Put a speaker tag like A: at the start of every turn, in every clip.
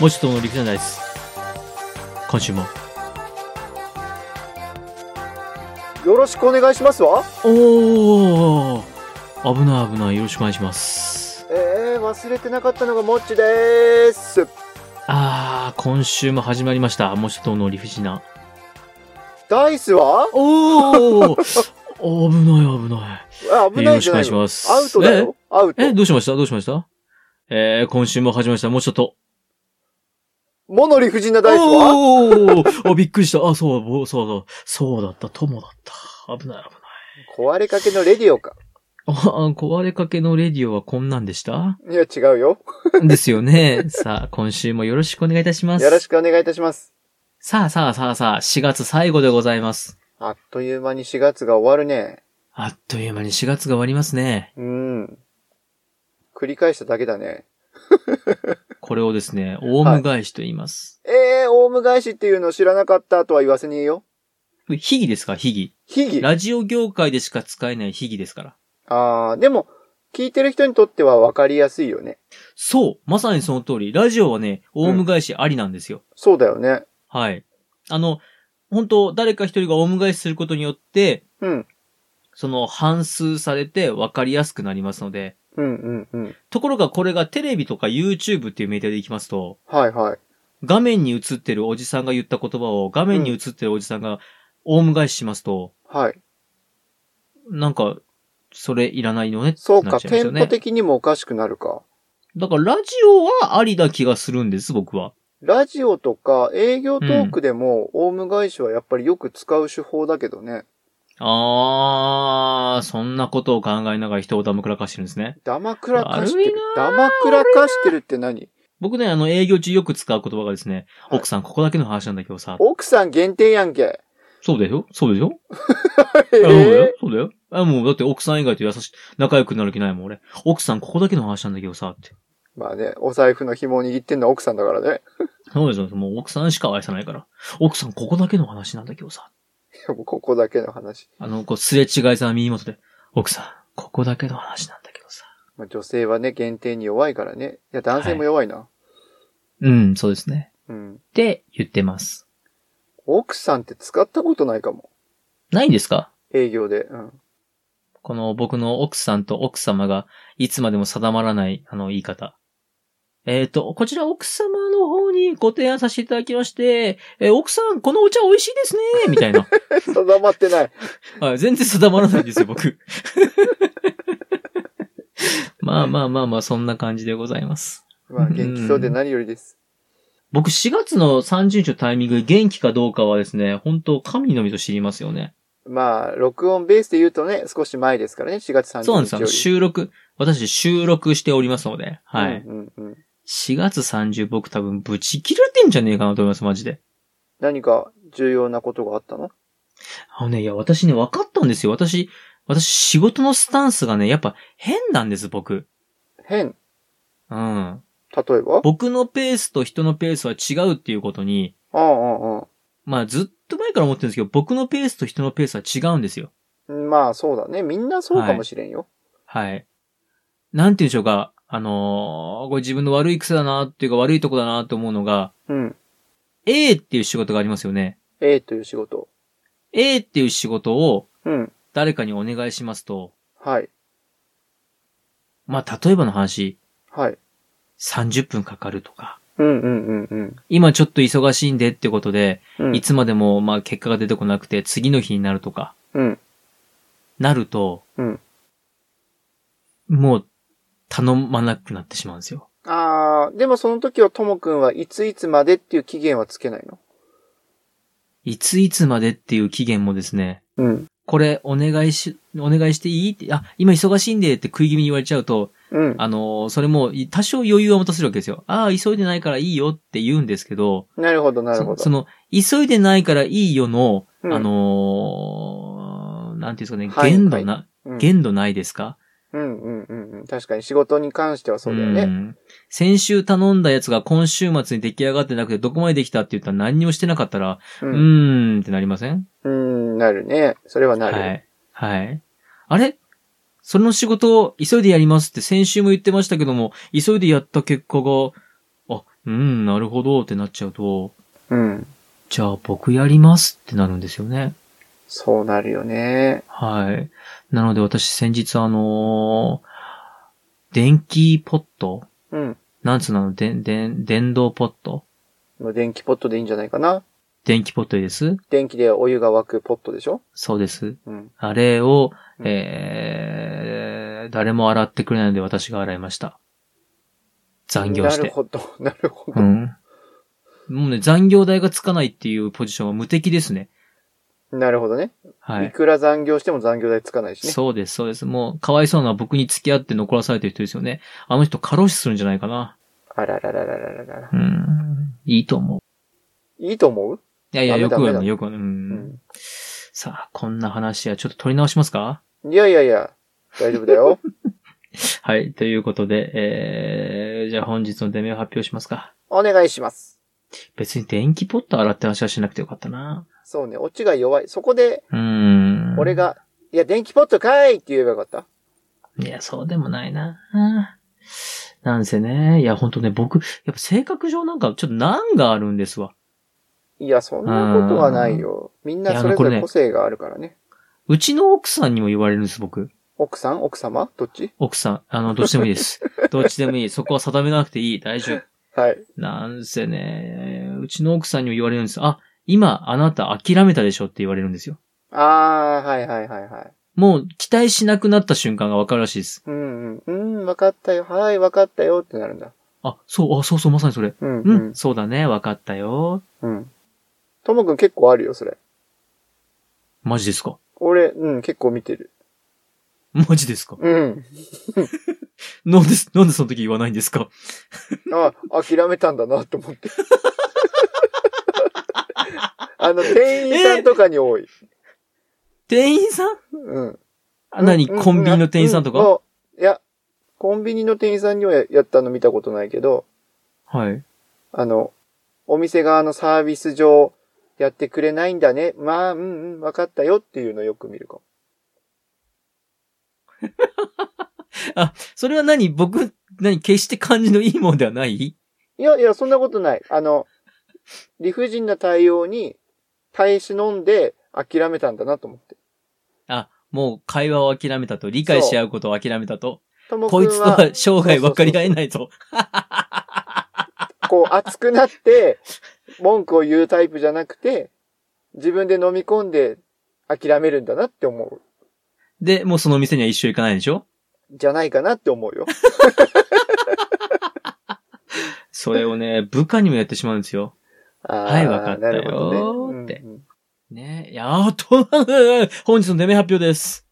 A: もしとも陸上ダイス。今週も。
B: よろしくお願いしますわ。
A: おお危ない危ない。よろしくお願いします。
B: えー、忘れてなかったのがもっちでーす。
A: あー、今週も始まりました。もしともの理不尽な。
B: ダイスは
A: おお危ない危ない。
B: あ危
A: よ
B: ない
A: ろ
B: んじ
A: しく
B: ゃ
A: お願
B: ないい
A: し
B: の
A: ます。
B: アウトだよ。アウト
A: え。え、。どうしましたどうしましたえー、今週も始まりました。もうちょっと。
B: モノ理不尽なダイスは
A: おーおびっくりした。あ、そう、ぼそうだ。そうだった。友だった。危ない危ない。
B: 壊れかけのレディオか。
A: あ、壊れかけのレディオはこんなんでした
B: いや、違うよ。
A: ですよね。さあ、今週もよろしくお願いいたします。
B: よろしくお願いいたします。
A: さあさあさあさあ、4月最後でございます。
B: あっという間に4月が終わるね。
A: あっという間に4月が終わりますね。
B: うん。繰り返しただけだね。
A: これをですね、オウム返しと言います。
B: えー、オウム返しっていうの知らなかったとは言わせねえよ。
A: ヒギですかヒギ。
B: ヒギ。あ
A: ラジオ業界でしか使えないヒギですから。
B: ー、でも、聞いてる人にとっては分かりやすいよね。
A: そう、まさにその通り。ラジオはね、オウム返しありなんですよ。
B: そうだよね。
A: はい。あの、本当誰か一人がオウム返しすることによって、
B: うん。
A: その、反数されて分かりやすくなりますので。
B: うんうんうん。
A: ところがこれがテレビとか YouTube っていうメディアでいきますと、
B: はいはい。
A: 画面に映ってるおじさんが言った言葉を画面に映ってるおじさんがオウム返ししますと、
B: はい。
A: なんか、それいらないのねって
B: そう
A: な
B: か、
A: っちゃいます
B: テ
A: よ
B: ンポ
A: ね。
B: 的にもおかしくなるか。
A: だからラジオはありだ気がするんです、僕は。
B: ラジオとか営業トークでも、オウム返しはやっぱりよく使う手法だけどね。
A: あー、そんなことを考えながら人をダムくらかしてるんですね。
B: ダマくらかして
A: 悪
B: る
A: い。な
B: ダマくらかしてるって何
A: 僕ね、あの、営業中よく使う言葉がですね、
B: はい
A: 奥さん、ここだけの話なんだけどさ、
B: 奥さん限定やんけ。
A: そうでしょそうでしょ、
B: え
A: あそうだよ
B: ー、
A: そうだよあ、もう、だって奥さん以外と優しい、仲良くなる気ないもん、俺。奥さん、ここだけの話なんだけどさ、って。
B: まあね、お財布の紐を握ってんのは奥さんだからね。
A: そうですよ。もう奥さんしか愛さないから。奥さん、ここだけの話なんだけどさ。
B: もうここだけの話。
A: あの、こう、すれ違いさ、耳元で。奥さん、ここだけの話なんだけどさ。
B: まあ、女性はね、限定に弱いからね。いや、男性も弱いな。
A: うん、そうですね。
B: うん。
A: って言ってます。
B: 奥さんって使ったことないかも。
A: ないんですか
B: 営業で。うん。
A: この僕の奥さんと奥様がいつまでも定まらない、あの、言い方。えっ、と、こちら奥様の方にご提案させていただきまして、えー奥さん、このお茶美味しいですねみたいな。
B: 定まってない。
A: はい、全然定まらないんですよ、 僕。まあまあまあまあ、そんな感じでございます。
B: まあ、元気そうで何よりです。
A: 僕、4月の30日のタイミング、元気かどうかはですね、本当神のみと知りますよね。
B: まあ、録音ベースで言うとね、少し前ですからね、4月30日
A: そうなんです
B: よ
A: あ
B: り。
A: の収録、私収録しておりますので、はい。
B: うんうんうん
A: 4月30僕多分ブチ切れてんじゃねえかなと思います、マジで。
B: 何か重要なことがあったの
A: あのね、いや、私ね、分かったんですよ。私、私、仕事のスタンスがね、やっぱ変なんです、僕。
B: 変
A: うん。
B: 例えば
A: 僕のペースと人のペースは違うっていうことに、
B: ああ、ああ、あ
A: まあずっと前から思ってるんですけど、僕のペースと人のペースは違うんですよ。
B: あ。まあ、そうだね。みんなそうかもしれんよ。
A: はい。なんて言うんでしょうか。あのーこれ自分の悪い癖だなっていうか悪いとこだなと思うのが、
B: うん。
A: A っていう仕事がありますよね。
B: A という仕事。
A: A っていう仕事を
B: うん。
A: 誰かにお願いしますと、
B: はい。
A: まあ例えばの話、
B: はい。
A: 30分かかるとか、
B: うんうんうんうん。
A: 今ちょっと忙しいんでってことで、
B: うん、
A: いつまでもまあ結果が出てこなくて次の日になるとか、
B: うん。
A: なると、
B: うん
A: もう頼まなくなってしまうんですよ。
B: ああ、でもその時はともくんはいついつまでっていう期限はつけないの
A: いついつまでっていう期限もですね、
B: うん。
A: これお願いし、お願いしていいって、あ、今忙しいんでって食い気味に言われちゃうと、
B: うん。
A: あのそれも多少余裕を持たせるわけですよ。ああ、急いでないからいいよって言うんですけど、
B: なるほど、なる
A: そ
B: ほ
A: の
B: ど。
A: その、急いでないからいいよの、
B: うん
A: あのーなんていうんですか
B: は
A: ね、
B: い
A: 限度な、
B: うん、
A: 限度ないですか
B: うんうんうんうん。確かに仕事に関してはそうだよね。
A: ん先週頼んだやつが今週末に出来上がってなくて、どこまでできたって言ったら何にもしてなかったら、
B: う。
A: うんーんってなりません
B: うん、なるね。それはなる。
A: はい。はい。あれその仕事を急いでやりますって先週も言ってましたけども、急いでやった結果が、あ、うん、なるほどってなっちゃうと、
B: うん。
A: じゃあ僕やりますってなるんですよね。
B: そうなるよね。
A: はい。なので私先日あのー電気ポット
B: うん。
A: なんつうのでん、でん、電動ポット
B: もう電気ポットでいいんじゃないかな。
A: 電気ポットです
B: 電気でお湯が沸くポットでしょ
A: そうです。
B: うん。
A: あれを、
B: うん
A: えー、誰も洗ってくれないので私が洗いました。残業し
B: なる
A: て。
B: ほど。 なるほ
A: う
B: ど。
A: ん。もうね、残業代がつかないっていうポジションは無敵ですね。
B: なるほどね。、
A: はいい。
B: くら残業しても残業代つかないしね。
A: そうです、そうです。もう、かわいそうな僕に付き合って残らされてる人ですよね。あの人過労死するんじゃないかな。
B: あらららららららら。
A: うん。いいと思う。い
B: いいと思う
A: やいや、
B: ダメ
A: よ
B: だ
A: くは
B: ダメ
A: ね、
B: だ
A: よくはね、う。
B: うんん。
A: さあ、こんな話はちょっと取り直しますか
B: いやいやいや、大丈夫だよ。
A: はい。ということで、えー、じゃあ本日のデメを発表しますか。
B: お願いします。
A: 別に電気ポット洗って話はしなくてよかったな。
B: そうね、オチが弱い。そこで、
A: うーん。
B: 俺。が、いや、電気ポットかいって言えばよかった。
A: いや、そうでもないな。なんせね。いや、ほんとね、僕、やっぱ性格上なんかちょっと難があるんですわ。
B: いや、そんなことはないよ。みん
A: いや
B: な
A: あ
B: そ
A: の
B: れぞ
A: これね
B: れ個性があるからね。
A: うちの奥さんにも言われるんです、僕。
B: 奥さん奥様どっち
A: 奥さん。あの、どっちでもいい です。どっちでもいい。そこは定めなくていい。大丈夫。
B: はい。
A: なんせね、うちの奥さんにも言われるんです。あ、今、あなた諦めたでしょって言われるんですよ。
B: あー、はいはいはいはい。
A: もう、期待しなくなった瞬間がわかるらしいです。
B: うんうん。うん、わかったよ。はい、わかったよってなるんだ。
A: あ、そう、あ、そうそう、まさにそれ。
B: うん
A: う、
B: うんん。
A: そうだね、わかったよ。
B: うん。ともくん結構あるよ、それ。
A: マジですか
B: 俺、うん、結構見てる。
A: マジですか
B: うん。
A: なんで、なんでその時言わないんですか
B: あ、諦めたんだなと思って。 あの、店員さんとかに多い。
A: 店員さん
B: うん。
A: あ、何
B: うん
A: コンビニの店員さんと
B: う
A: か
B: ういや、コンビニの店員さんにはややったの見たことないけど、
A: はい。
B: あの、お店側のサービス上やってくれないんだね。まあ、うんうん、わかったよっていうのよく見るかも。
A: それは何僕、何決して感じのいいもんではない
B: いやいや、そんなことない。あの、理不尽な対応に耐え忍んで諦めたんだなと思って。
A: あ、もう会話を諦めたと、理解し合うことを諦めたと、
B: ともく
A: こ
B: ん
A: いつとは生涯分かり合えないと。
B: こう熱くなって、文句を言うタイプじゃなくて、自分で飲み込んで諦めるんだなって思う。
A: で、もうその店には一生行かないでしょ
B: じゃないかなって思うよ。
A: それをね、部下にもやってしまうんですよ。
B: あー
A: はいわかったよー
B: なるほどね。
A: って
B: うんうん
A: ねいやっと、本日のデメ発表です。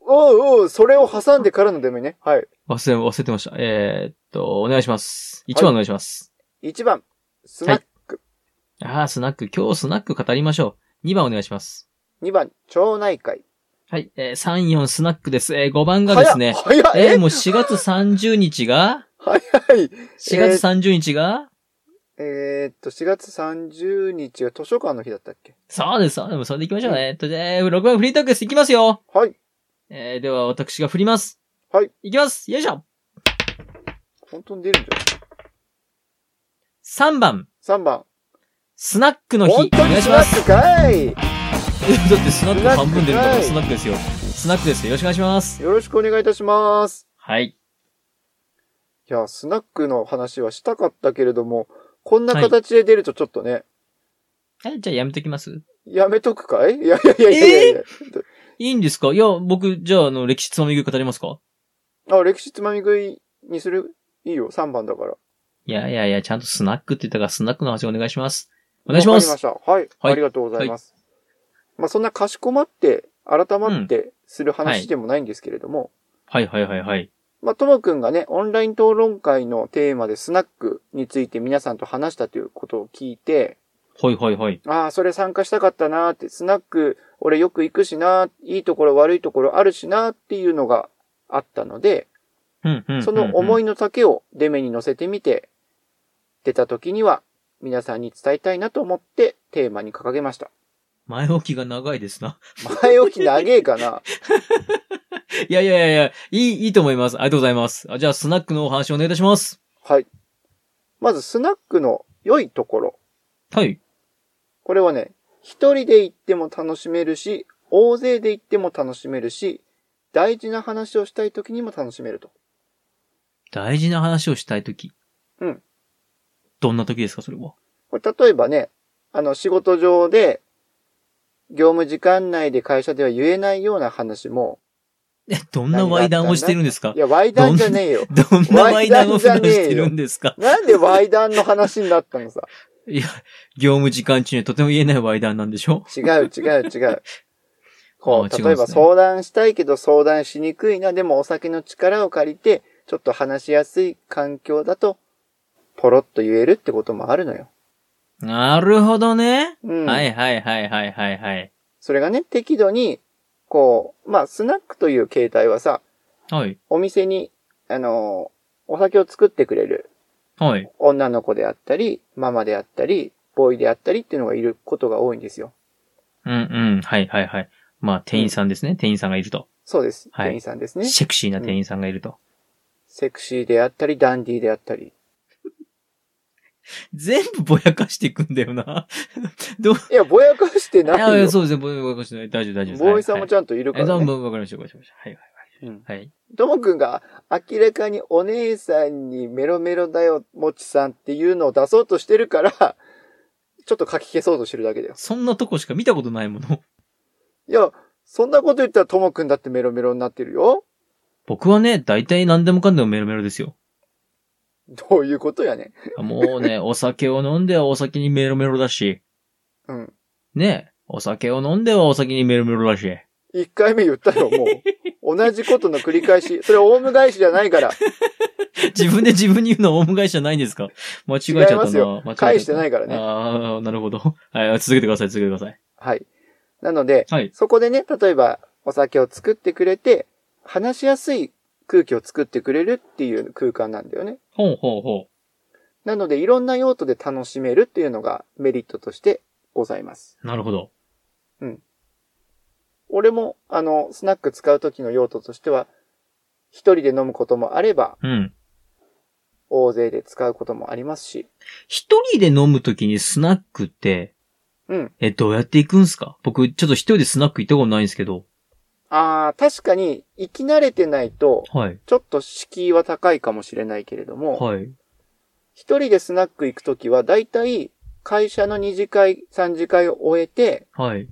B: おうおう、それを挟んでからのデメね。はい。
A: 忘れ、忘れてました。えーっと、お願いします。一番お願いします。
B: 1番、スナック。
A: ああ、スナック。今日スナック語りましょう。2番お願いします。
B: 2番、町内会。
A: はい。えー、3、4スナックです。えー、5番がですね。
B: 早っ
A: え
B: 早
A: ー、
B: い
A: もう4月30日が
B: 早い
A: ?4 月30日が、
B: えーっと、4月30日が図書館の日だったっけ
A: そうです。そうでもそれで行きましょう。えーっと、で、6番フリートークです。行きますよ。
B: はい。
A: えー、では私が振ります。
B: はい。
A: 行きます。よいしょ。
B: 本当に出るんじ
A: 3番、
B: ゃん。3番。
A: スナックの日。お
B: 本当
A: 願
B: に
A: い
B: ス
A: し
B: ナ
A: ます
B: ッ。クかい
A: え だってスナック半分出るからス
B: ス
A: ナ
B: ナ
A: ックですよ。スナックですよ。よろしくお願いします。
B: よろしくお願いいたします。
A: はい。
B: いや、スナックの話はしたかったけれども、こんな形で出るとちょっとね、
A: え、じゃあやめときます
B: やめとくかいいやいやいやいやいやいや、
A: いいんですかいや、僕、じゃあ、あの、歴史つまみ食い語りますか
B: あ、歴史つまみ食いにするいいよ、3番だから。
A: いやいやいや、ちゃんとスナックって言ったから、スナックの話お願いします。お願いしま
B: わか
A: す。
B: りました。はい。
A: はい
B: ありがとうございます。まあ、そんなかしこまって、改まってする話でもないんですけれども、
A: はいはいはいはい。
B: まあ、ともくんがね、オンライン討論会のテーマでスナックについて皆さんと話したということを聞いて、
A: はいはいはい。
B: ああ、それ参加したかったなーって、スナック、俺よく行くしなー、いいところ悪いところあるしなーっていうのがあったので、
A: うんうん。
B: その思
A: い。
B: いの丈をデメに乗せてみて、出た時には皆さんに伝えたいなと思ってテーマに掲げました。
A: 前置きが長いですな。
B: 前置き長えかな
A: いやいやいやいや、いい、いいと思います。ありがとうございます。あじゃあ、スナックのお話お願いいたします。
B: はい。まずスナックの良いところ。
A: はい。
B: これはね、一人で行っても楽しめるし、大勢で行っても楽しめるし、大事な話をしたい時にも楽しめると。
A: 大事な話をしたいとき。
B: うん。
A: どんなときですか、それは。
B: これ例えばね、あの仕事上で、業務時間内で会社では言えないような話も、
A: え、どんなワイ談をしてるんですか
B: いや、ワイダンじゃねえよ。
A: どんなワイ談を普段してるんですか
B: なんでワイダンの話になったのさ。
A: いや、業務時間中にはとても言えないワイ談なんでしょ
B: 違う違う違 う。こ
A: あ違う
B: う、
A: んですね
B: 例えば相談したいけど相談しにくいな、でもお酒の力を借りて、ちょっと話しやすい環境だと、ポロッと言えるってこともあるのよ。
A: なるほどね。
B: うん。
A: はいはいはいはいはいはい。
B: それがね、適度に、こう、まあ、スナックという形態はさ、
A: はい。
B: お店に、あのーお酒を作ってくれる
A: はい。
B: 女の子であったり、ママであったり、ボーイであったりっていうのがいることが多いんですよ。
A: うんうん。はいはいはい。まあ、店員さんですね。店員さんがいると。
B: そうです。
A: はい
B: 店員さんですね。
A: セクシーな店員さんがいると。
B: セクシーであったり、ダンディーであったり。
A: 全部ぼやかしていくんだよな。どう、
B: いや、ぼやかしてな い
A: いやい
B: よ
A: や、。そうですね。ぼやかしてない。大丈夫大丈夫です。
B: ボーイさんもち
A: ゃ
B: ゃんといる
A: ん
B: からね。
A: わかりましたわかりました。はい
B: うん
A: はい。はい。
B: ともくんが明らかにお姉さんにメロメロだよ、もちさんっていうのを出そうとしてるから、ちょっと書き消そうとしてるだけだよ。
A: そんなとこしか見たことないもの。
B: いや、そんなこと言ったらともくんだってメロメロになってるよ。
A: 僕はね、大体何でもかんでもメロメロですよ。
B: どういうことやね。
A: もうね、お酒を飲んではお酒にメロメロだし。
B: うん。
A: ね。お酒を飲んではお酒にメロメロだし。
B: 一回目言ったよ、も う。同じことの繰り返し。それオウム返しじゃないから。
A: 自分で自分に言うのはオウム返しじゃないんですか間違えちゃった
B: 違い
A: な。
B: ますよ
A: 間違えちゃった
B: 返してないからね
A: ああ、なるほど。はい、続けてください、続けてください。
B: はい。なので、
A: はい。
B: そこでね、例えばお酒を作ってくれて、話しやすい空気を作ってくれるっていう空間なんだよね。
A: ほうほうほう。
B: なので、いろんな用途で楽しめるっていうのがメリットとしてございます。
A: なるほど。
B: 俺も、あの、スナック使う時の用途としては、一人で飲むこともあれば、
A: うん。
B: 大勢で使うこともありますし、
A: 一人で飲むときにスナックって、
B: うん。
A: え、どうやって行くんすか僕、ちょっと一人でスナック行ったことないんですけど。
B: あー、確かに、生き慣れてないと、
A: はい。
B: ちょっと敷居は高いかもしれないけれども、
A: はい。
B: 一人でスナック行くときは、だいたい会社の二次会、三次会を終えて、
A: はい。っ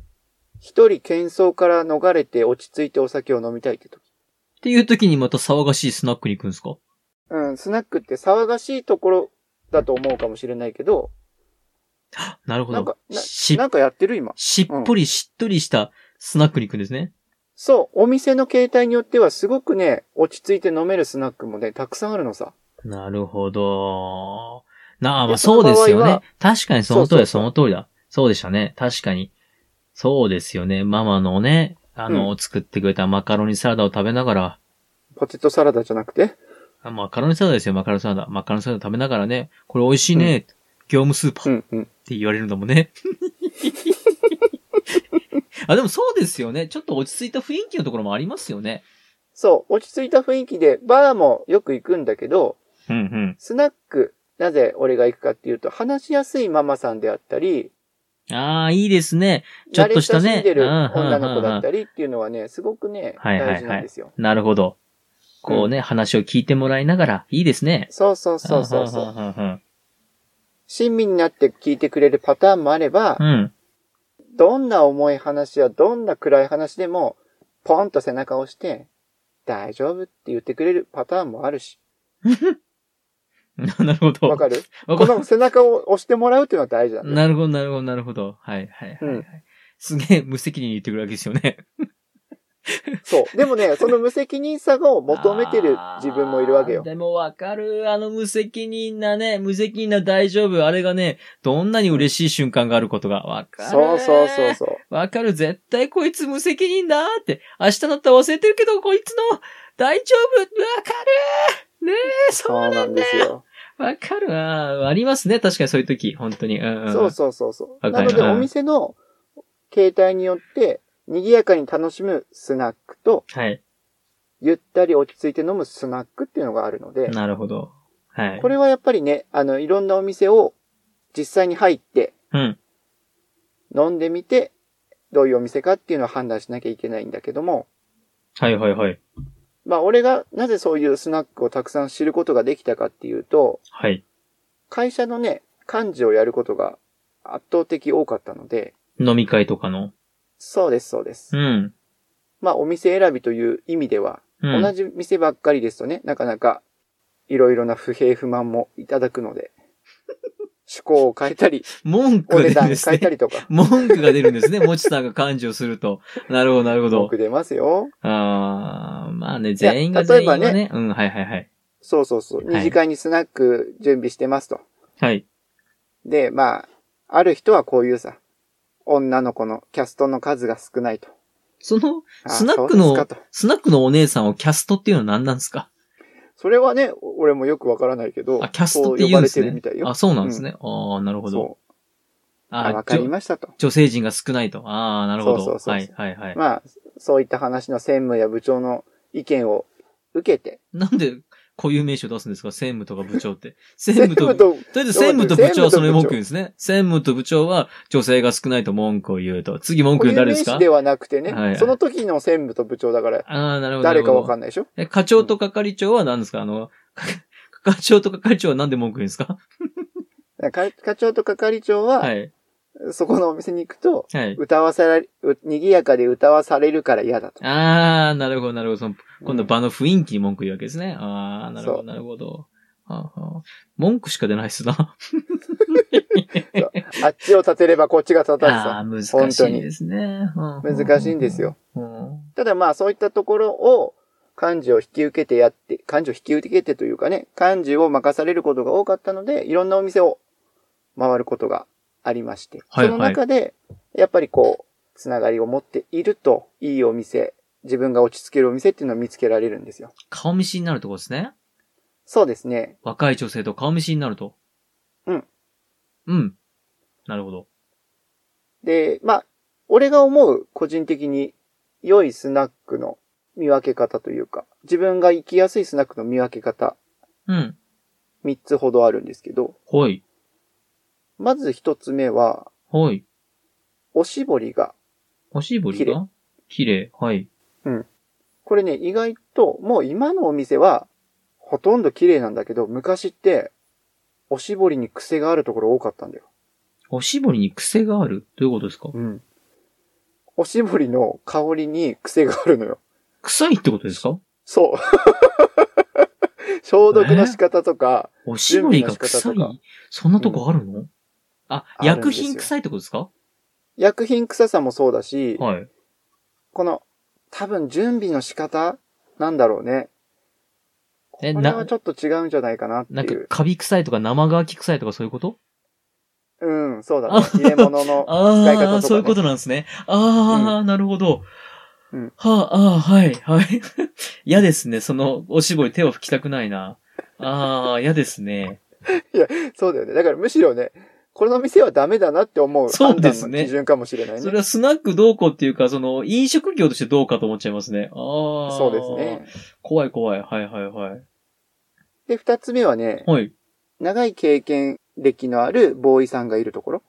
B: 一人喧騒から逃れて落ち着いてお酒を飲みたいって時。
A: ていうときにまた騒がしいスナックに行くんですか
B: うん、スナックって騒がしいところだと思うかもしれないけど、
A: なるほ
B: なんか
A: ど。
B: な
A: し
B: な、んかやってる今。
A: しっぽりしっとりしたスナックに行くんですね。
B: そう、お店の形態によってはすごくね、落ち着いて飲めるスナックもね、たくさんあるのさ。
A: なるほど。なあ、ま
B: で
A: あそうです
B: その
A: よ
B: 場合
A: ね
B: は。
A: 確かにその通りだ、
B: そ
A: そうの通りだ。そうでしたね。確かに。そうですよね。ママのね、あの、作ってくれたマカロニサラダを食べながら、
B: ポテトサラダじゃなくて。
A: あマカロニサラダですよ、マカロニサラダ。マカロニサラダ食べながらね、これ美味しいね、業務スーパ
B: う
A: ーっ
B: んうん。
A: て言われるんだもん ね。あ、でもそうですよね。ちょっと落ち着いた雰囲気のところもありますよね。
B: そう、落ち着いた雰囲気で、バーもよく行くんだけど、
A: うんうん。
B: スナック、なぜ俺が行くかっていうと、話しやすいママさんであったり、
A: ああ、いいですね。ちょ
B: 慣
A: っ
B: れ
A: とした
B: 親し
A: ね
B: んでる
A: うんうんうんうん
B: 女の子だったりっていうのはね、すごくね、
A: はいはいはい
B: 大事なんですよ。
A: なるほど。こうね、話を聞いてもらいながら、いいですね。
B: そうそうそうそうそう。
A: んんうん
B: 親身になって聞いてくれるパターンもあれば、
A: うん。うん。
B: どんな重い話やどんな暗い話でも、ポンと背中を押して、大丈夫って言ってくれるパターンもあるし。
A: なるほど。
B: わかる
A: わ
B: こ
A: かる
B: の背中を押してもらうっていうのは大事なんだよ。
A: なるほど、なるほど、なるほど。はい、はい、はいは
B: う
A: い
B: ん。
A: すげえ無責任に言ってくるわけですよね。
B: そう。でもね、その無責任さを求めてる自分もいるわけ
A: あー
B: よ。
A: でもわかる。あの無責任なね、無責任な大丈夫。あれがね、どんなに嬉しい瞬間があることがわかる。
B: そうそうそうそう。
A: わかる。絶対こいつ無責任だって。明日だったら忘れてるけど、こいつの大丈夫。わかるねえ、そ
B: そう
A: う
B: な
A: なんん
B: で
A: だ
B: す
A: よ。
B: よ。
A: わかるわ。ありますね。確かにそういう時。本当に。うん、うん。
B: そうそうそうそう。
A: わか
B: な
A: る
B: ので、
A: うん
B: お店の形態によって、賑やかに楽しむスナックと、
A: はい。
B: ゆったり落ち着いて飲むスナックっていうのがあるので、
A: なるほど。はい。
B: これはやっぱりね、あの、いろんなお店を実際に入って
A: うん。
B: 飲んでみて、どういうお店かっていうのを判断しなきゃいけないんだけども、
A: はいはいはい。
B: まあ俺がなぜそういうスナックをたくさん知ることができたかっていうと、
A: はい。
B: 会社のね、幹事をやることが圧倒的多かったので、
A: 飲み会とかの。
B: そうですそうです
A: う。ん。
B: まあお店選びという意味では、
A: うん。
B: 同じ店ばっかりですとね、なかなかいろいろな不平不満もいただくの で、趣向を変えたり、
A: 文句
B: お
A: が
B: 値
A: 出るん
B: 段
A: です
B: 変え
A: ね
B: た。りと か、
A: 文句が出るんですね。もちさんが漢字をすると。なるほど、なるほ
B: 文
A: ど
B: 句。出ますよ。
A: あーまあね、
B: いや
A: 全員が全員は
B: 例えば
A: ね。うん、はいはいはい。
B: そうそうそう。
A: はい
B: 二次会にスナック準備してますと。
A: はい。
B: で、まあ、ある人はこういうさ、女の子のキャストの数が少ないと。
A: その、
B: あ
A: スナック
B: そう
A: の
B: ですかと、
A: スナックのお姉さんをキャストっていうのは何なんですか
B: それはね、俺もよくわからないけど、
A: あ、キャストって言うんです
B: そう呼ばれて
A: ね
B: るみたい。よ。
A: あ、そうなんですね。ああ、なるほど。
B: そ
A: あ
B: う。わ
A: あ
B: かり
A: 女、
B: ましたと。
A: 女性陣が少ないと。ああ、なるほど。
B: そうそうそう
A: はい
B: そ
A: はいはい。
B: まあ、そういった話の専務や部長の意見を受けて、
A: なんで、固有名詞を出すんですか専務とか部長って。専
B: 専
A: 務と、
B: 務
A: とりあ
B: と
A: えず専務と部長はそれ文句言うん
B: う
A: ですね。専務と部長は女性が少ないと文句を言うと。次文句言うの誰ですか
B: ではなくてね、
A: はいはい
B: その時の専務と部長だから、
A: ああ、なるほど。
B: 誰かわ
A: な
B: か
A: い。
B: んないでしょ
A: え、課長と係長は何ですかあの、 課長と係長はなんで文句言うんですか
B: か課長と係長は、
A: はい。
B: そこのお店に行くと、
A: はい。
B: 歌わされ、う賑やかで歌わされるから嫌だ と。
A: ああ、なるほど、なるほど。その今度
B: うん
A: 場の雰囲気に文句言うわけですね。ああ、なるほ
B: そ
A: ど、
B: う
A: なるほど。はあはあ文句しか出ないっすな。
B: あっちを立てればこっちが立たず
A: ああ、
B: さ。
A: 難し
B: 本当
A: い
B: に
A: ですね。はあ
B: 難しいんですよ。。
A: は
B: ただまあそういったところを、漢字を引き受けてやって、漢字を引き受けてというかね、漢字を任されることが多かったので、いろんなお店を回ることがありまして。
A: はいはい
B: その中で、やっぱりこう、つながりを持っていると、いいお店、自分が落ち着けるお店っていうのを見つけられるんですよ。
A: あ顔見知りになるとこですね。
B: そうですね。
A: 若い女性と顔見知りになると。
B: うん。
A: うん。なるほど。
B: で、まあ、俺が思う個人的に良いスナックの見分け方というか、自分が行きやすいスナックの見分け方、
A: うん。
B: 3つほどあるんですけど、
A: ほい。
B: まず1つ目は、
A: ほい。
B: おしぼりが、
A: おしぼりが綺麗。はい。
B: これね、意外と、もう今のお店は、ほとんど綺麗なんだけど、昔って、おしぼりに癖があるところ多かったんだよ。
A: おしぼりに癖がある。どういうことですか
B: うん。おしぼりの香りに癖があるのよ。
A: 臭いってことですか
B: そう。 消毒の仕方とか、
A: おしぼりが臭
B: 準備の仕方と
A: いそんなとこあるの、あ、
B: あるん
A: 薬
B: ですよ
A: 品臭いってことですか
B: 薬品臭さもそうだし、
A: はい。
B: この、多分準備の仕方なんだろうね。こ
A: え
B: れ
A: な
B: はちょっと違うんじゃないかなって
A: なんか
B: いう、。
A: カビ臭いとか生乾き臭いとかそういうこと
B: うん、そうだね。入れ物の使い方とか、
A: ああ、
B: ね。
A: そういうことなんですね。ああ、なるほど。
B: うん
A: はあ、ああ、はい、はい。 嫌ですね。その、おしぼり手を拭きたくないな。ああ、嫌ですね。
B: そうだよね。だからむしろね、この店はダメだなって思う
A: そ
B: 判
A: うで
B: 断
A: す
B: の
A: ね
B: 基準かもしれない
A: そ
B: ね。
A: れはスナックどうこうっていうか、その、飲食業としてどうかと思っちゃいますね。ああ。
B: そうですね。。
A: 怖い怖い。はいはいはい。
B: で、二つ目はね、
A: はい。
B: 長い経験歴のあるボーイさんがいるところ。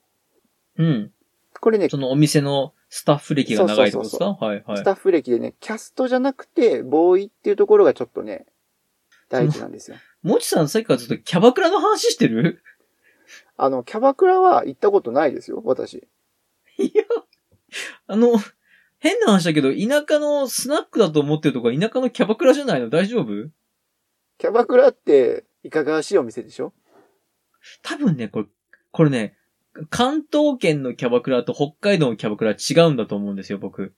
A: うん。
B: これね、
A: そ
B: ス
A: のお店のスタッフ歴が長いってことですかはいはい。
B: タッフ歴でね、キャストじゃなくて、ボーイっていうところがちょっとね、大事なんですよ。
A: もちさんさっきからずっとキャバクラの話してる
B: あの、キャバクラは行ったことないですよ、私。
A: いや、あの、変な話だけど、田舎のスナックだと思ってるとか、田舎のキャバクラじゃないの大丈夫
B: キャバクラって、いかがわしいお店でしょ
A: 多分ね、これ、これね、関東圏のキャバクラと北海道のキャバクラ違うんだと思うんですよ、僕。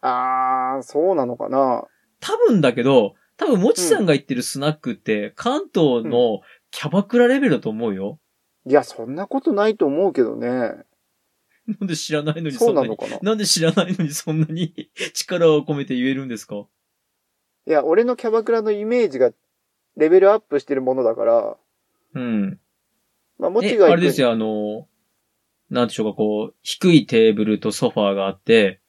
B: あー、そうなのかな
A: 多分だけど、多分もちさんが言ってるスナックって、関東のキャバクラレベルだと思うよ。
B: いや、そんなことないと思うけどね。
A: なんで知らないのに
B: そ
A: そ
B: うん
A: な
B: な
A: に
B: のかない
A: なんで知らないのにそんなに 力を込めて言えるんですか
B: や、俺のキャバクラのイメージが、レベルアップしてるものだから、
A: うん。
B: まあ、もち
A: え、
B: が
A: あ
B: 行
A: れです
B: く。
A: よ、あの、なんでしょうか、こう、低いテーブルとソファーがあって、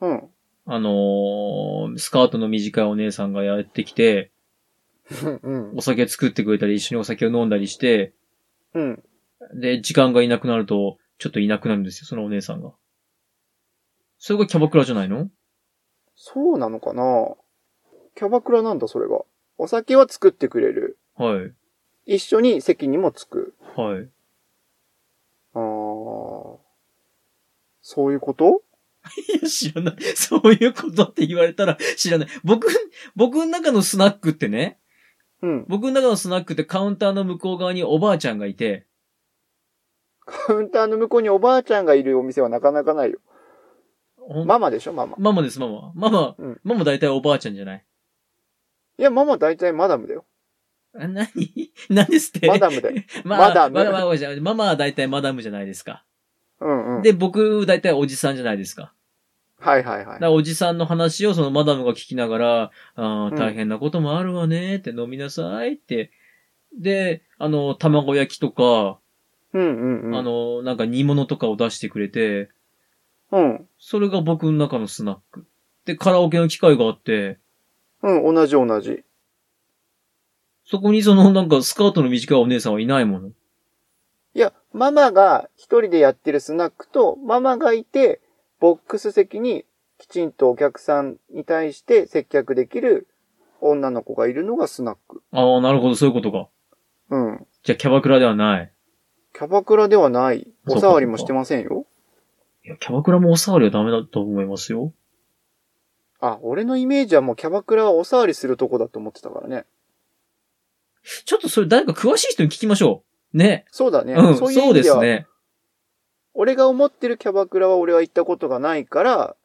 B: うん。
A: あのースカートの短いお姉さんがやってきて、
B: うんうん
A: お酒作ってくれたり、一緒にお酒を飲んだりして、
B: うん。
A: で、時間がいなくなると、ちょっといなくなるんですよ、そのお姉さんが。それがキャバクラじゃないの
B: そうなのかなキャバクラなんだ、それが。お酒は作ってくれる。
A: はい。
B: 一緒に席にもつく。
A: はい。
B: あーそういうこと
A: いや、知らない。そういうことって言われたら知らない。僕、僕の中のスナックってね、
B: うん。
A: 僕の中のスナックってカウンターの向こう側におばあちゃんがいて、
B: カウンターの向こうにおばあちゃんがいるお店はなかなかないよ。
A: ほん
B: ママでしょ、ママ。
A: ママです、ママ。ママ、
B: うん
A: ママ大体おばあちゃんじゃない。
B: いや、ママ大体マダムだよ。
A: あ何 何ですって
B: マダ ムで。
A: まあ
B: マダム
A: まあまあごめんなさいママは大体マダムじゃないですか。
B: うんうん。
A: で、僕、大体おじさんじゃないですか。
B: はいはいは
A: だ
B: い
A: か。らおじさんの話をそのマダムが聞きながら、あ
B: う
A: ー
B: ん
A: 大変なこともあるわねって飲みなさいって。で、あの、卵焼きとか、
B: うんうんうん。
A: あ、の、なんか煮物とかを出してくれて、
B: うん。
A: それが僕の中のスナック。で、カラオケの機会があって、
B: うん、同じ同じ。
A: そこにその なんかスカートの短いお姉さんはいないもの。
B: いや、ママが一人でやってるスナックと、ママがいて、ボックス席にきちんとお客さんに対して接客できる女の子がいるのがスナック。
A: ああ、なるほど、そういうことか。
B: うん。
A: じゃあキャバクラではない。
B: キャバクラではない。
A: そうか
B: お触りもしてませんよ。
A: いや、キャバクラもお触りはダメだと思いますよ。
B: あ、俺のイメージはもうキャバクラはお触りするとこだと思ってたからね。
A: ちょっとそれ誰か詳しい人に聞きましょう。ね。
B: そうだね。
A: うん、そう
B: そ
A: う
B: いう意味
A: で
B: ですは、
A: ね。
B: 俺が思ってるキャバクラは俺は行ったことがない から、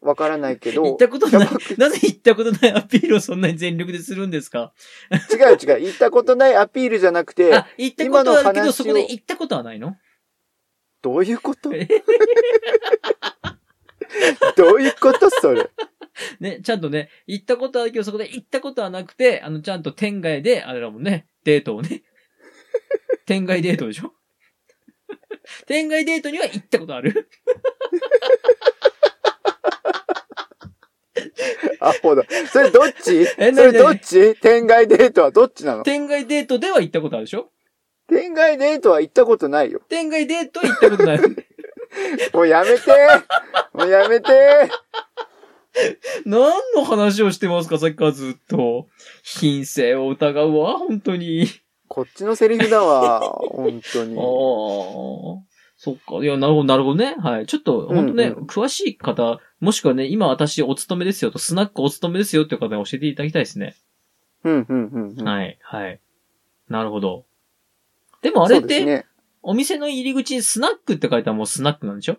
B: わからないけど。
A: 行ったことない
B: キャバ ク、
A: なぜ行ったことないアピールをそんなに全力でするんですか
B: 違う違う。行ったことないアピールじゃなくて
A: あ、、行ったことはあるけ
B: 今の話
A: ど、
B: を
A: そこで行ったことはないの
B: どういうこと
A: え
B: どういうことそれ。
A: ね、ちゃんとね、行ったことはあるけど、そこで行ったことはなくて、あの、ちゃんと天外で、あれだもんね、デートを ね。天外デートでしょ天外デートには行ったことある
B: アホだ。それどっちそ
A: え何
B: れどっち天外デートはどっちなの
A: 天外デートでは行ったことあるでしょ
B: 天外デートは行ったことないよ。
A: 天外デートは行ったこと ない。
B: もうやめてもうやめて
A: 何の話をしてますか、さっきからずっと。品性を疑うわ、本当に。
B: こっちのセリフだ わ。本当
A: ああ
B: に。、
A: そっか。いや、なるほど、なるほどね。はい。ちょっと、本当ね、
B: うんう
A: 詳しい方、もしくはね、今私お勤めですよと、スナックお勤めですよっていう方に教えていただきたいですね。
B: うん、うん、うんうん。
A: はい、はい。なるほど。でもあれっ
B: そうです
A: て、
B: ね。
A: お店の入り口にスナックって書いたらもうスナックなんでしょ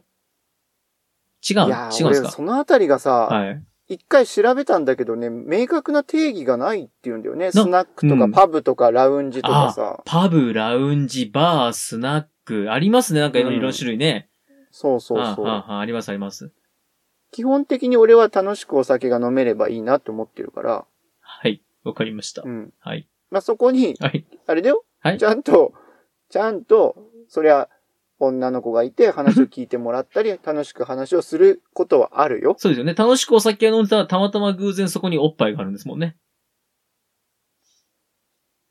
A: 違う
B: い
A: の
B: やー、
A: 違うんです
B: 俺
A: か
B: そのあたりがさ、
A: はい。
B: 一、回調べたんだけどね、明確な定義がないって言うんだよね。
A: な
B: スナックと
A: う
B: か
A: ん
B: パブとかラウンジとかさ。
A: パブ、ラウンジ、バー、スナック、ありますね。なんかいろいろな種類ね。
B: そうそう
A: あ
B: そ
A: あ
B: う。
A: あああります、あります。
B: 基本的に俺は楽しくお酒が飲めればいいなと思ってるから。
A: はい。わかりました。
B: うん。
A: はい。
B: まあ、そこに、
A: はい。
B: あれだよ。
A: はい
B: ちゃんと、ちゃんと、そりゃ、女の子がいて話を聞いてもらったり、 楽しく話をすることはあるよ。
A: そうですよね。楽しくお酒を飲んでたら、たまたま偶然そこにおっぱいがあるんですもんね。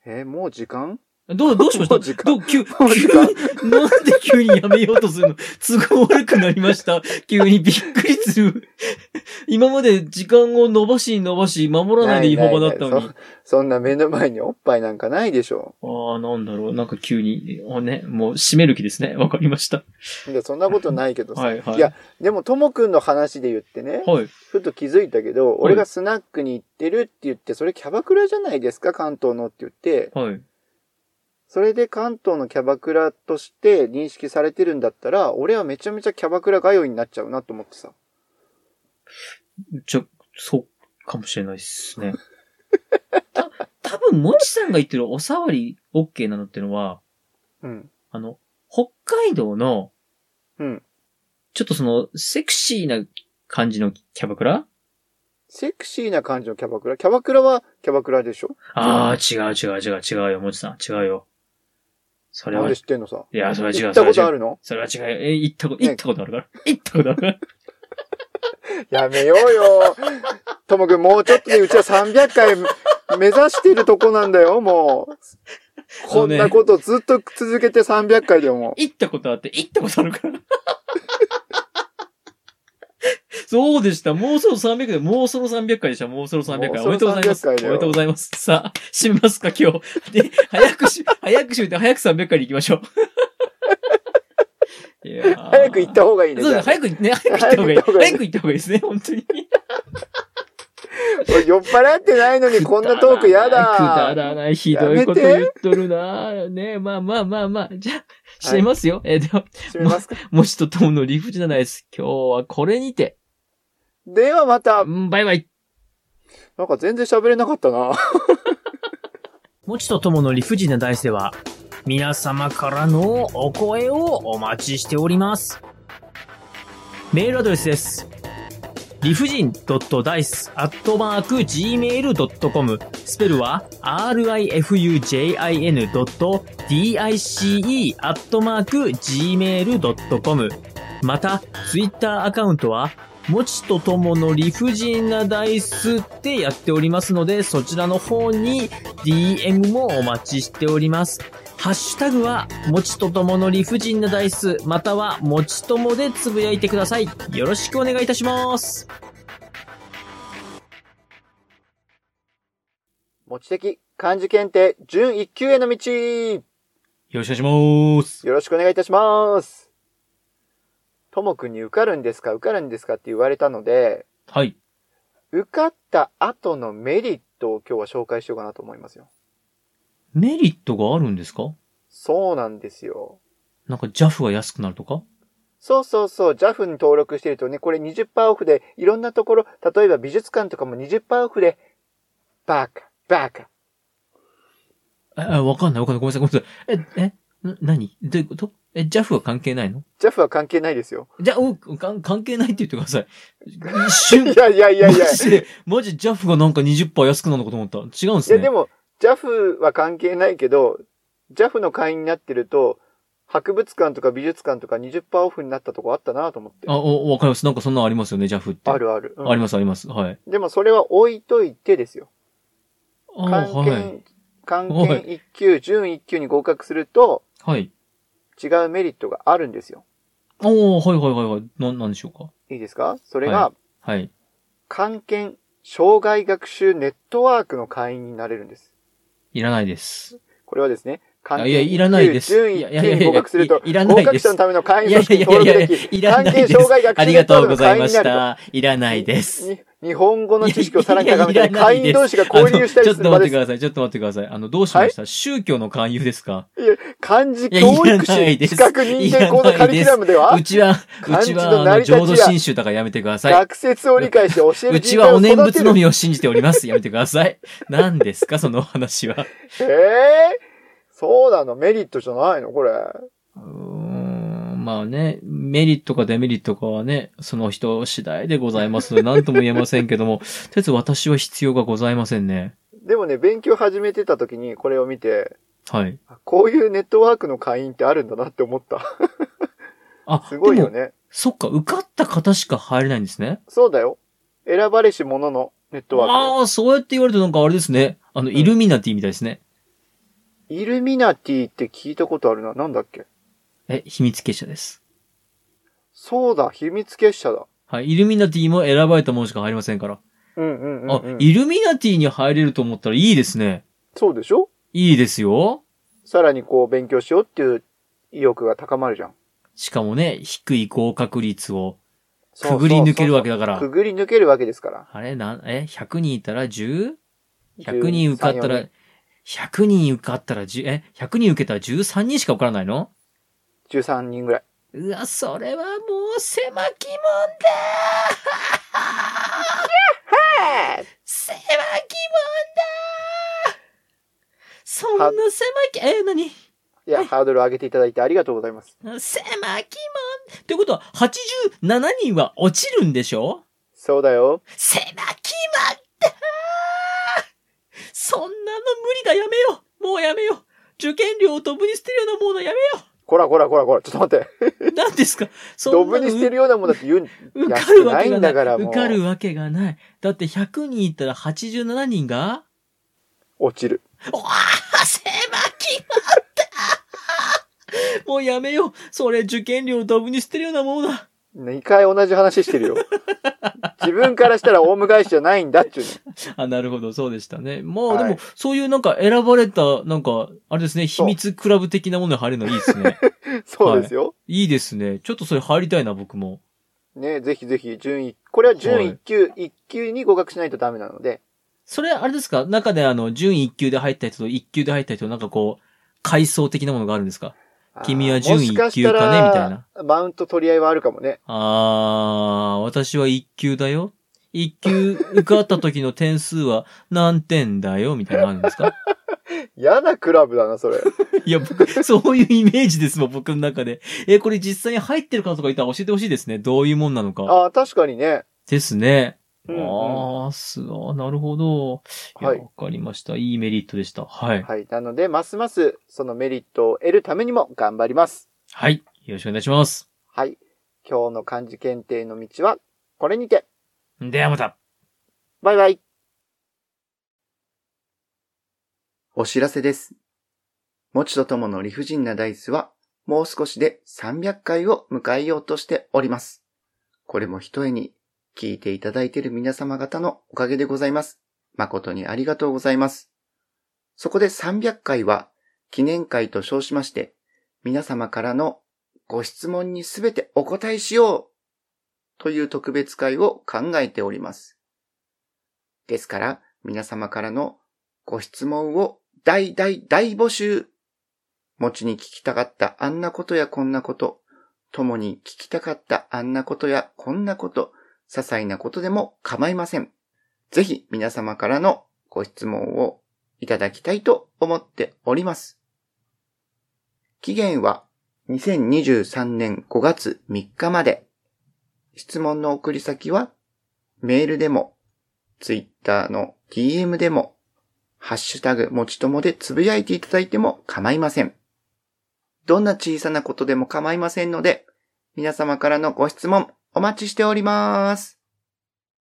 B: えーもう時間
A: どう、どうしました
B: もう時間
A: どう、急、
B: もう時
A: 急
B: 間
A: に、なんで急にやめようとするの 都合悪くなりました。急にびっくりする。 今まで時間を伸ばし伸ばし、守らないでいい方法だったの
B: ない
A: に
B: ない。そそんな目の前におっぱいなんかないでしょ
A: ああ、なんだろう。なんか急に、あね、もう閉める気ですね。わかりました。
B: いや、そんなことないけどさ。
A: はいはい。
B: いやでも、ともくんの話で言ってね、
A: はい。
B: ふと気づいたけど、俺がスナックに行ってるって言って、それキャバクラじゃないですか、関東のって言って、
A: はい。
B: それで関東のキャバクラとして認識されてるんだったら、俺はめちゃめちゃキャバクラ通いになっちゃうなと思ってさ。
A: ちょ、そう、かもしれないですね。た、多分もちさんが言ってるおさわり OK なのってのは、
B: うん。
A: あの、北海道の、
B: うん。
A: ちょっとその、セクシーな感じのキャバクラ
B: セクシーな感じのキャバクラキャバクラはキャバクラでしょ
A: ああ、違う違う違う違うよ、もちさん。違うよ。それ
B: なん
A: は、
B: で
A: い
B: 知ってんのさ。
A: や、それは違
B: 行
A: う、
B: っ
A: そ
B: た
A: れ
B: こ
A: は違
B: とあ
A: う。
B: るの
A: それは違うよ。え、行ったこと、行ったことあるから。行ったことあるから。
B: やめようよ。ともくん、もうちょっとでうちは300回目指してるとこなんだよ、もう。こんなことずっと続けて300回だよ、も
A: 行ったことあって、行ったことあるから。 そうでした。もうそろ300回、もうそろ300回でした。もうそろ300回。お
B: も
A: め
B: う
A: でと
B: そ
A: うござ
B: ろ
A: います。おめ
B: 300回だよ
A: でとうございます。さあ、締めますか、今日。で、早くし、 早く締めて、早く300回に行きましょう。 いやー
B: う。早く行った方がいいね。
A: そう
B: じ
A: で
B: ゃ
A: す。早く、ね、早く行った方がいい。
B: 早く行った方がいい
A: 早く行った方がいいですね、本当に。
B: あ酔っ払ってないのにこんなトークやだ。
A: くだらない、ひどいこと
B: やめて
A: 言っとるな。ねまあまあまあまあ。じゃあ、締めますよ。えーでは、
B: 締めますか。
A: もしとともの理不尽なないです。今日はこれにて。
B: ではまた
A: う、んバイバイ。
B: なんか全然喋れなかったな。
A: もちとともの理不尽な大世は、皆様からのお声をお待ちしております。メールアドレスです。理不尽 .dice.gmail.com スペルは rifujin.dice.gmail.com また、ツイッターアカウントは、もちとともの理不尽なダイスってやっておりますので、そちらの方に DM もお待ちしております。ハッシュタグは、もちとともの理不尽なダイス、または、もちともでつぶやいてください。よろしくお願いいたします。
B: 持ち的漢字検定準1級への道よ
A: よろしくお願いします。
B: ろしくお願いいたします。ともくんに受かるんですか受かるんですかって言われたので、
A: はい。
B: 受かった後のメリットを今日は紹介しようかなと思いますよ。
A: メリットがあるんですか
B: そうなんですよ。
A: なんか JAF が安くなるとか
B: そうそうそう、JAF に登録してるとね、これ20%オフで、いろんなところ、例えば美術館とかも20%オフで、バカ、バカ。
A: え、えわかんないわかんない。ごめんなさい、ごめんなさい。え、え、な、何どういうことえ、JAF は関係ないの
B: JAF は関係ないですよ。
A: じゃあ、おかん関係ないって言ってください。一瞬、
B: いやいやいやいや。
A: マジで、マジ JAF がなんか20%安くなるのかと思った。違うんで
B: い
A: す
B: や
A: ね。
B: でも、JAF は関係ないけど、JAF の会員になってると、博物館とか美術館とか20%オフになったとこあったなと思って。
A: あ、お、わかります。なんかそんなのありますよね、JAF って。
B: あ。るある、うん
A: あります、あります。はい。
B: でもそれは置いといてですよ。
A: あ
B: 関係、
A: はい。
B: 関係1級、準1級に合格すると、
A: はい。
B: 違うメリットがあるんですよ。
A: おー、はいはいはいはい。な、なんでしょうか。
B: いいですかそれ
A: は
B: が、
A: はい。
B: 関係障害学習ネットワークの会員になれるんです。
A: いらないです。
B: これはですね、関
A: いやいやいらないです
B: 準
A: い
B: 1
A: やいやい
B: 級
A: やい
B: に
A: や
B: 合格すると、
A: いいらないです
B: 合格者のための会員組織に
A: いや
B: 登
A: いやいやいや
B: 録でき、
A: いらない
B: 関
A: です
B: 係障害学
A: あ
B: 習
A: り
B: ネ
A: が
B: ットワ
A: と
B: ー
A: うご
B: クの
A: ざい
B: 会員
A: ま
B: に
A: し
B: なると。
A: た。いらないです。
B: に。日本語の知識をさらに高め
A: いやいやいら
B: て、
A: ない
B: 会
A: です
B: 員同士が交流したりする
A: あ
B: 場
A: の
B: で
A: ちょっと待ってく
B: す。
A: ださい。ちょっと待ってください。あの、どうしました、宗教の勧誘ですか
B: 漢字
A: いやいら
B: 教育
A: ない
B: 士
A: です
B: 資格認定講座カリキュラムでは
A: う、ちは、
B: 漢
A: う
B: 字
A: ち
B: の
A: は、あの、
B: 成り立ちや
A: 浄土真宗だからやめてください。
B: 学説を理解して教える
A: うち
B: 人
A: は
B: 材
A: お
B: を
A: 念
B: 育て
A: 仏の
B: る。
A: みを信じております。やめてください。何ですか、そのお話は。
B: ええそうなのメリットじゃないのこれ。
A: うーん、まあね、メリットかデメリットかはね、その人次第でございますので、何とも言えませんけども、 とりあえず私は必要がございませんね。
B: でもね、勉強始めてた時にこれを見て、
A: はい。
B: あこういうネットワークの会員ってあるんだなって思った。
A: あ、
B: すごいよ
A: でも、
B: ね。
A: そっか、受かった方しか入れないんですね。
B: そうだよ。選ばれし者のネットワーク。
A: ああ、そうやって言われるとなんかあれですね。あの、
B: ん
A: イルミナティみたいですね。
B: イルミナティって聞いたことあるな。なんだっけ
A: え、秘密結社です。
B: そうだ、秘密結社だ。
A: はい、イルミナティも選ばれたものしか入りませんから。
B: うんうんうん、
A: あ
B: うん、。
A: イルミナティに入れると思ったらいいですね。
B: そうでしょ
A: いいですよ。
B: さらにこう勉強しようっていう意欲が高まるじゃん。
A: しかもね、低い合格率をくぐり抜けるわけだから。
B: くぐり抜けるわけですから。
A: あれなん、え、100人いたら 10?100 人受かった
B: 13 14
A: ら、100人受かったら10、え、100人受けたら13人しか受からないの
B: 13人ぐらい。
A: うわ、それはもう狭き門だ狭き門だそんな狭き、え、何
B: いや、ハードルを上げていただいてありがとうございます。
A: 狭き門ってことは、87人は落ちるんでしょ
B: そうだよ。
A: 狭きまったそんなの無理だやめようもうやめよう受験料をドブに捨てるようなものや
B: こらこらこらこら、ちょっと待って。
A: めよう 何ですか
B: ド
A: そん
B: ブ
A: なの
B: に捨てるようなもんだって言うん、
A: 受かるわけ
B: 安くない
A: が
B: んだか
A: な
B: ら
A: い。
B: もう
A: 受かるわけがない。だって100人いたら87人が
B: 落ちる。
A: おわあ、狭きまったもうやめよう。それ受験料をドブに捨てるようなものだ。
B: 二回同じ話して るよ。自分からしたらオウム返しじゃないんだっちゅう
A: あ、なるほど、そうでしたね。まあ、
B: はい
A: でも、そういうなんか選ばれた、なんか、あれですね、秘
B: そう
A: 密クラブ的なものに入るのいいです ね。
B: の。そうですよ。
A: いいですね。ちょっとそれ入りたいな、僕も。
B: ね、ぜひぜひ、順位、これは準1級、一1級に合格しないとダメなので、
A: それ、あれですか中であの、準1級で入った人と1級で入った人、なんかこう、階層的なものがあるんですか
B: あー
A: 君は準一級かね
B: もししたら
A: みたいな
B: マウント取り合いはあるかもね。
A: あー、私は1級だよ。1級受かった時の点数は何点だよみたいなのあるんですか
B: 嫌なクラブだな、それ。
A: いや、僕、そういうイメージですもん、僕の中で。え、これ実際に入ってる方とかいたら教えてほしいですね。どういうもんなのか。
B: ああ、確かにね。
A: ですね。
B: うんうん
A: あー、すあーなるほど。いや、わ
B: はい、
A: かりました。いいメリットでした。はい。
B: はい。なので、ますます、そのメリットを得るためにも頑張ります。
A: はい。よろしくお願いします。
B: はい。今日の漢字検定の道は、これにて。
A: ではまた。
B: バイバイ。お知らせです。もちとともの理不尽なダイスは、もう少しで300回を迎えようとしております。これもひとえに、聞いていただいている皆様方のおかげでございます。誠にありがとうございます。そこで300回は、記念会と称しまして、皆様からのご質問にすべてお答えしようという特別会を考えております。ですから、皆様からのご質問を大大大募集持ちに聞きたかったあんなことやこんなこと、共に聞きたかったあんなことやこんなこと、些細なことでも構いません。ぜひ皆様からのご質問をいただきたいと思っております。期限は2023年5月3日まで。質問の送り先はメールでもツイッターの DM でも、ハッシュタグ、もちともでつぶやいていただいても構いません。どんな小さなことでも構いませんので、皆様からのご質問お待ちしております。